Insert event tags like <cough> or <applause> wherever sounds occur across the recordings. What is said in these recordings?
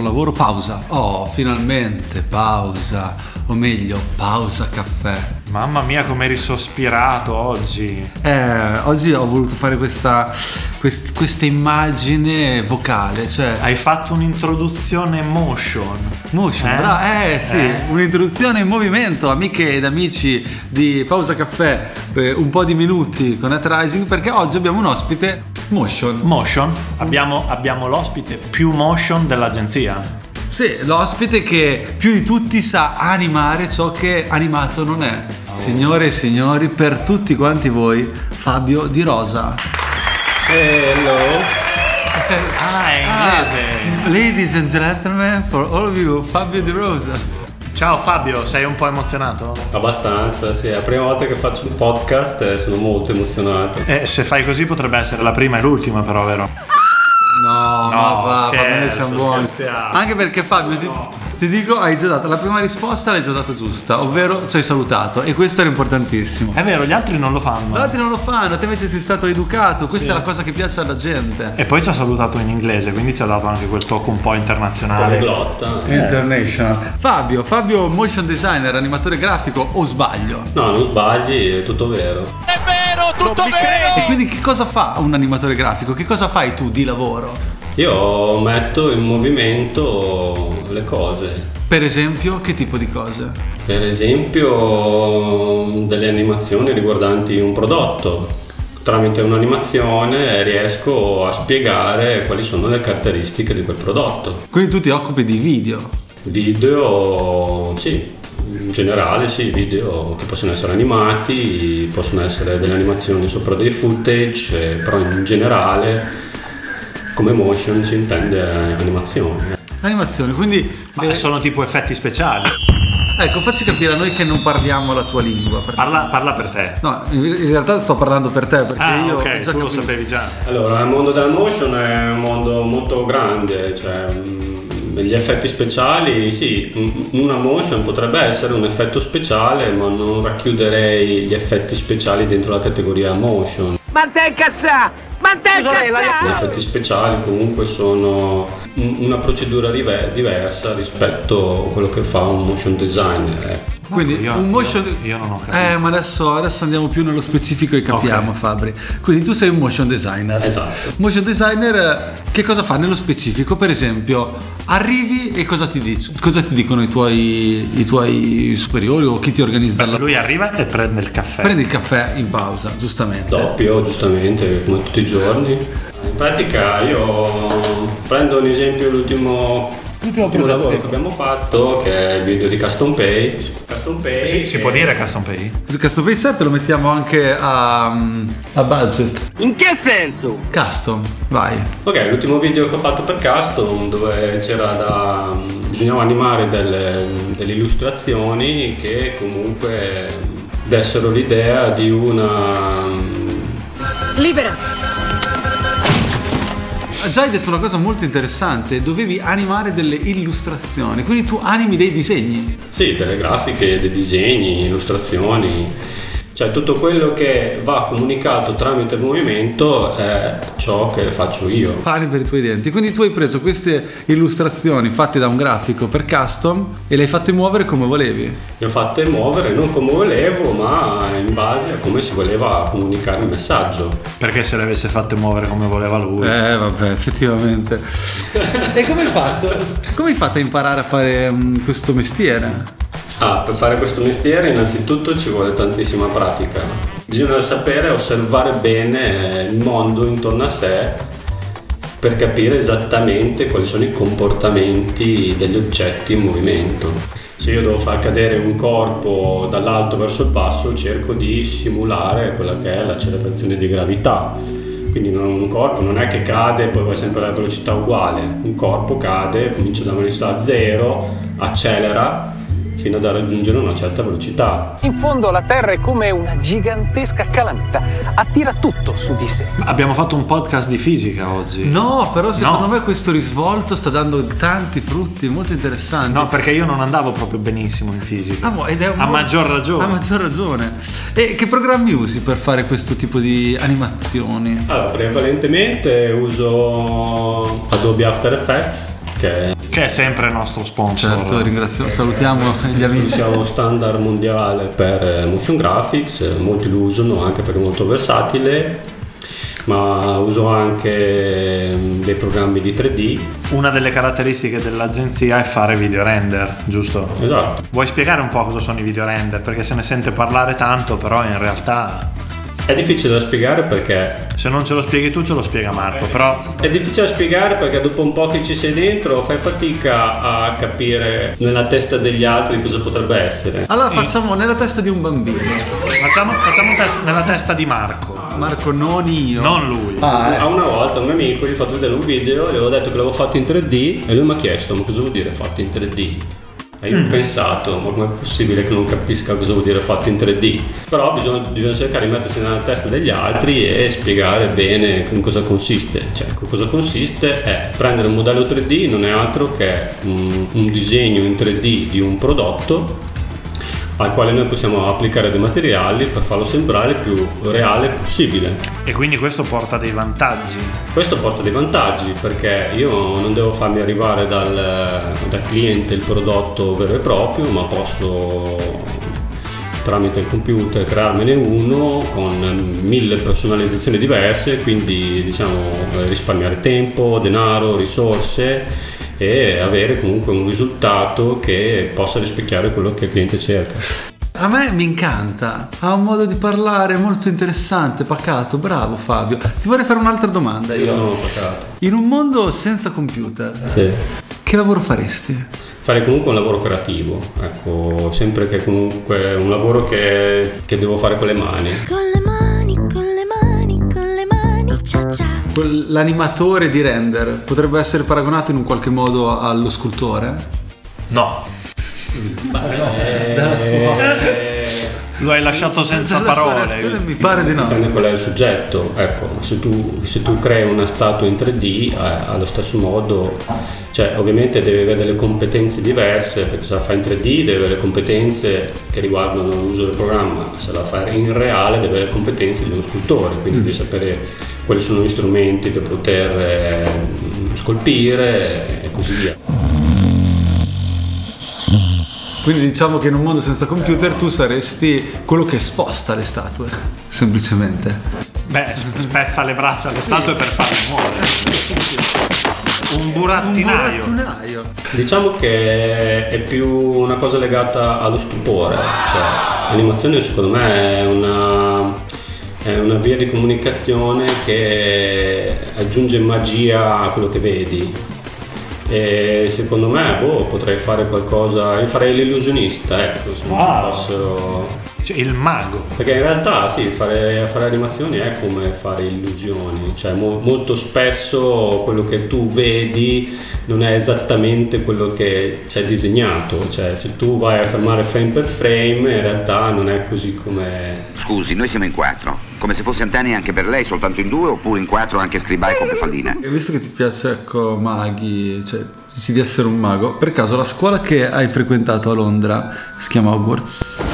lavoro, pausa. Oh, finalmente pausa, o meglio, pausa caffè. Mamma mia, come eri sospirato oggi. Eh, oggi ho voluto fare questa, quest- questa immagine vocale, cioè... Hai fatto un'introduzione motion. Motion, Eh? bravo. eh sì, Eh? un'introduzione in movimento, amiche ed amici di Pausa Caffè, eh, un po' di minuti con Atrising perché oggi abbiamo un ospite motion. Motion? Abbiamo, abbiamo l'ospite più motion dell'agenzia. Sì, l'ospite che più di tutti sa animare ciò che animato non è. Signore e signori, per tutti quanti voi, Fabio Di Rosa. Hello. <laughs> Ah, è inglese. Ah, ladies and gentlemen, for all of you, Fabio Di Rosa. Ciao Fabio, sei un po' emozionato? Abbastanza, sì, è la prima volta che faccio un podcast e sono molto emozionato. Eh, se fai così potrebbe essere la prima e l'ultima però, vero? No, ma va, scherzo, ma noi siamo buoni. scherziamo. Anche perché Fabio, ti, ti dico, hai già dato la prima risposta, l'hai già data giusta, ovvero ci hai salutato e questo era importantissimo. È vero, gli altri non lo fanno. Altri non lo fanno, te invece sei stato educato, questa è la cosa che piace alla gente. E poi ci ha salutato in inglese, quindi ci ha dato anche quel tocco un po' internazionale. Polyglotta. Eh. International. Fabio, Fabio motion designer, animatore grafico o sbaglio? No, non sbagli, è tutto vero. È vero, tutto vero! E quindi che cosa fa un animatore grafico? Che cosa fai tu di lavoro? Io metto in movimento le cose. Per esempio, che tipo di cose? Per esempio delle animazioni riguardanti un prodotto. Tramite un'animazione riesco a spiegare quali sono le caratteristiche di quel prodotto. Quindi tu ti occupi di video. Video, sì, in generale sì, video che possono essere animati, possono essere delle animazioni sopra dei footage, eh, però in generale come motion si intende animazione. Animazione, quindi... Ma sono tipo effetti speciali. Ecco, facci capire a noi che non parliamo la tua lingua. perché- Parla, parla per te. No, in in realtà sto parlando per te perché Ah, io ok, ho già tu lo capito. sapevi già. Allora, il mondo della motion è un mondo molto grande, cioè mm, gli effetti speciali, sì, un- una motion potrebbe essere un effetto speciale, ma non racchiuderei gli effetti speciali dentro la categoria motion. Mantenga sa! Gli effetti speciali comunque sono un- una procedura rive- diversa rispetto a quello che fa un motion designer. ecco. Quindi Io- un motion io- io non ho capito. Eh, ma adesso, adesso andiamo più nello specifico e capiamo, Ok. Fabri. Quindi tu sei un motion designer. Esatto. Motion designer eh, che cosa fa nello specifico? Per esempio, arrivi e cosa ti, dic- cosa ti dicono i tuoi, i tuoi superiori o chi ti organizza la... Lui arriva e prende il caffè. Prendi il caffè in pausa, giustamente. Doppio, giustamente, come tutti i giorni. In pratica io prendo un esempio l'ultimo, L'ultimo l'ultimo progetto lavoro che- che abbiamo fatto, che è il video di Custom Page. Custom Page Sì, si è- può dire custom pay? Custom page certo lo mettiamo anche a, a budget. In che senso? Custom, vai. Ok, l'ultimo video che ho fatto per Custom dove c'era da... bisognava animare delle, delle illustrazioni che comunque dessero l'idea di una... Libera! Già hai detto una cosa molto interessante, dovevi animare delle illustrazioni, quindi tu animi dei disegni. Sì, delle grafiche, dei disegni, illustrazioni, cioè tutto quello che va comunicato tramite il movimento è ciò che faccio io. Pane per i tuoi denti. Quindi tu hai preso queste illustrazioni fatte da un grafico per custom e le hai fatte muovere come volevi. Le ho fatte muovere non come volevo, ma in base a come si voleva comunicare il messaggio. Perché se le avesse fatte muovere come voleva lui. Eh vabbè, effettivamente. e come hai fatto? Come hai fatto a imparare a fare mm, questo mestiere? Ah, per fare questo mestiere innanzitutto ci vuole tantissima pratica. Bisogna sapere osservare bene eh, il mondo intorno a sé per capire esattamente quali sono i comportamenti degli oggetti in movimento. Se io devo far cadere un corpo dall'alto verso il basso, cerco di simulare quella che è l'accelerazione di gravità. Quindi non- un corpo non è che cade e poi va sempre alla velocità uguale. Un corpo cade, comincia da una velocità zero, accelera fino ad raggiungere una certa velocità. In fondo la Terra è come una gigantesca calamita, attira tutto su di sé. Abbiamo fatto un podcast di fisica oggi. No, però secondo No. me questo risvolto sta dando tanti frutti molto interessanti. No, perché io non andavo proprio benissimo in fisica. Ah, mo- ed è un a mo- Ah, maggior ragione. A maggior ragione. E che programmi usi per fare questo tipo di animazioni? Allora, prevalentemente uso Adobe After Effects che che è sempre nostro sponsor. Certo, ringrazio- salutiamo gli <laughs> amici. siamo standard mondiale per eh, motion graphics, eh, molti lo usano anche perché è molto versatile, ma uso anche ehm, dei programmi di 3D. Una delle caratteristiche dell'agenzia è fare video render, giusto? Esatto. Vuoi spiegare un po' cosa sono i video render? Perché se ne sente parlare tanto, però in realtà È difficile da spiegare perché se non ce lo spieghi tu ce lo spiega Marco, però È difficile da spiegare perché dopo un po' che ci sei dentro fai fatica a capire nella testa degli altri cosa potrebbe essere. Allora facciamo nella testa di un bambino. facciamo, facciamo un test nella testa di Marco, Marco, non io. non lui. Ah, A una volta un mio amico gli ho fatto vedere un video, gli avevo detto che l'avevo fatto in 3D e lui mi ha chiesto ma cosa vuol dire fatto in 3D? E io ho pensato, ma com'è possibile che non capisca cosa vuol dire fatto in 3D? Però bisogna, bisogna cercare di mettersi nella testa degli altri e spiegare bene in cosa consiste. Cioè, in cosa consiste è prendere un modello 3D, non è altro che un- un disegno in 3D di un prodotto al quale noi possiamo applicare dei materiali per farlo sembrare il più reale possibile. E quindi questo porta dei vantaggi. Questo porta dei vantaggi perché io non devo farmi arrivare dal, dal cliente il prodotto vero e proprio, ma posso tramite il computer crearmene uno con mille personalizzazioni diverse, quindi diciamo eh, risparmiare tempo, denaro, risorse e avere comunque un risultato che possa rispecchiare quello che il cliente cerca. A me mi incanta, ha un modo di parlare molto interessante, pacato, bravo Fabio. Ti vorrei fare un'altra domanda Io io. sono pagato. In un mondo senza computer, Sì. che lavoro faresti? fare comunque un lavoro creativo, ecco, sempre che comunque un lavoro che, che devo fare con le mani. Con le mani, con le mani, con le mani, ciao ciao. Quel- L'animatore di render potrebbe essere paragonato in un qualche modo allo scultore? No, Eh, Dalla sua- lo hai lasciato senza eh, dalla sua parole. reazione Mi pare di no. Dipende qual è il soggetto, ecco, se tu, se tu crei una statua in 3D eh, allo stesso modo, cioè ovviamente devi avere delle competenze diverse, perché se la fai in 3D devi avere competenze che riguardano l'uso del programma, se la fai in reale devi avere competenze di uno scultore, quindi devi sapere quali sono gli strumenti per poter eh, scolpire e così via. Quindi diciamo che in un mondo senza computer tu saresti quello che sposta le statue, semplicemente. Beh, sp- spezza le braccia alle statue per farle muovere. Un burattinaio. Burattinaio. Diciamo che è più una cosa legata allo stupore, cioè l'animazione secondo me è una, è una via di comunicazione che aggiunge magia a quello che vedi. E secondo me boh, potrei fare qualcosa, io farei l'illusionista, ecco, se non ci Wow. fossero... Cioè, il mago. Perché in realtà sì, fare, fare animazioni è come fare illusioni, cioè mo- molto spesso quello che tu vedi non è esattamente quello che c'è disegnato, cioè se tu vai a fermare frame per frame in realtà non è così come... Scusi, noi siamo in quattro. Come se fosse antenni anche per lei, soltanto in due, oppure in quattro anche scribai con Pefaldina. E visto che ti piace, ecco, maghi, cioè dici di essere un mago, per caso la scuola che hai frequentato a Londra si chiama Hogwarts?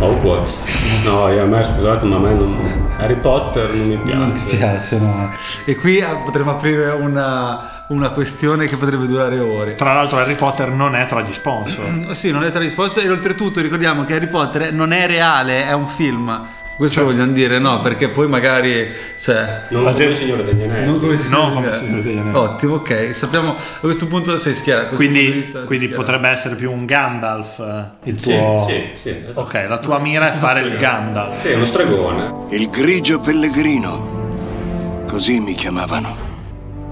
Hogwarts. No, io a me scusate, ma a me non... Harry Potter non mi piace. piace, no. E qui eh, potremmo aprire una, una questione che potrebbe durare ore. Tra l'altro Harry Potter non è tra gli sponsor. Eh Sì, non è tra le risposte e oltretutto ricordiamo che Harry Potter non è reale, è un film. Questo lo vogliamo dire, no, perché poi magari, cioè, Non come il Signore degli Anelli. non come si No, deve come dire. si deve dire. Ottimo, ok, sappiamo, a questo punto sei schiera. a questo punto di Quindi, vista sei quindi schiera. potrebbe essere più un Gandalf eh, il Sì, tuo... sì, sì, esatto. Ok, la tua mira è fare il Gandalf. Sì, è uno stregone. Il grigio pellegrino, così mi chiamavano.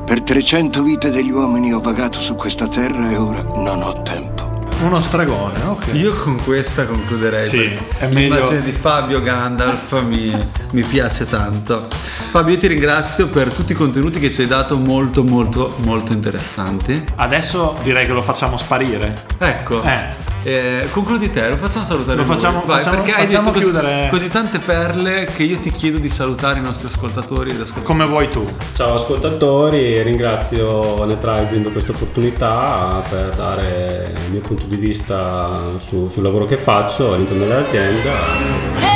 Per 300 vite degli uomini ho vagato su questa terra e ora non ho tempo. Uno stregone, ok. Io con questa concluderei. Sì, perché è L'immagine meglio- di Fabio Gandalf mi, mi piace tanto. Fabio, io ti ringrazio per tutti i contenuti che ci hai dato, molto, molto, molto interessanti. Adesso direi che lo facciamo sparire. Ecco. Eh. Eh, concludi te, lo facciamo salutare. Lo lui. facciamo- Vai, facciamo- perché hai facciamo detto così- chiudere. Così, tante perle che io ti chiedo di salutare i nostri ascoltatori ed ascoltatori. Come vuoi tu. Ciao ascoltatori, ringrazio Netrising per questa opportunità per dare il mio punto di vista su- sul lavoro che faccio all'interno dell'azienda.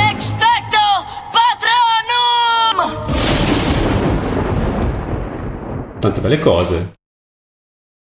Expecto patronum! Tante belle cose.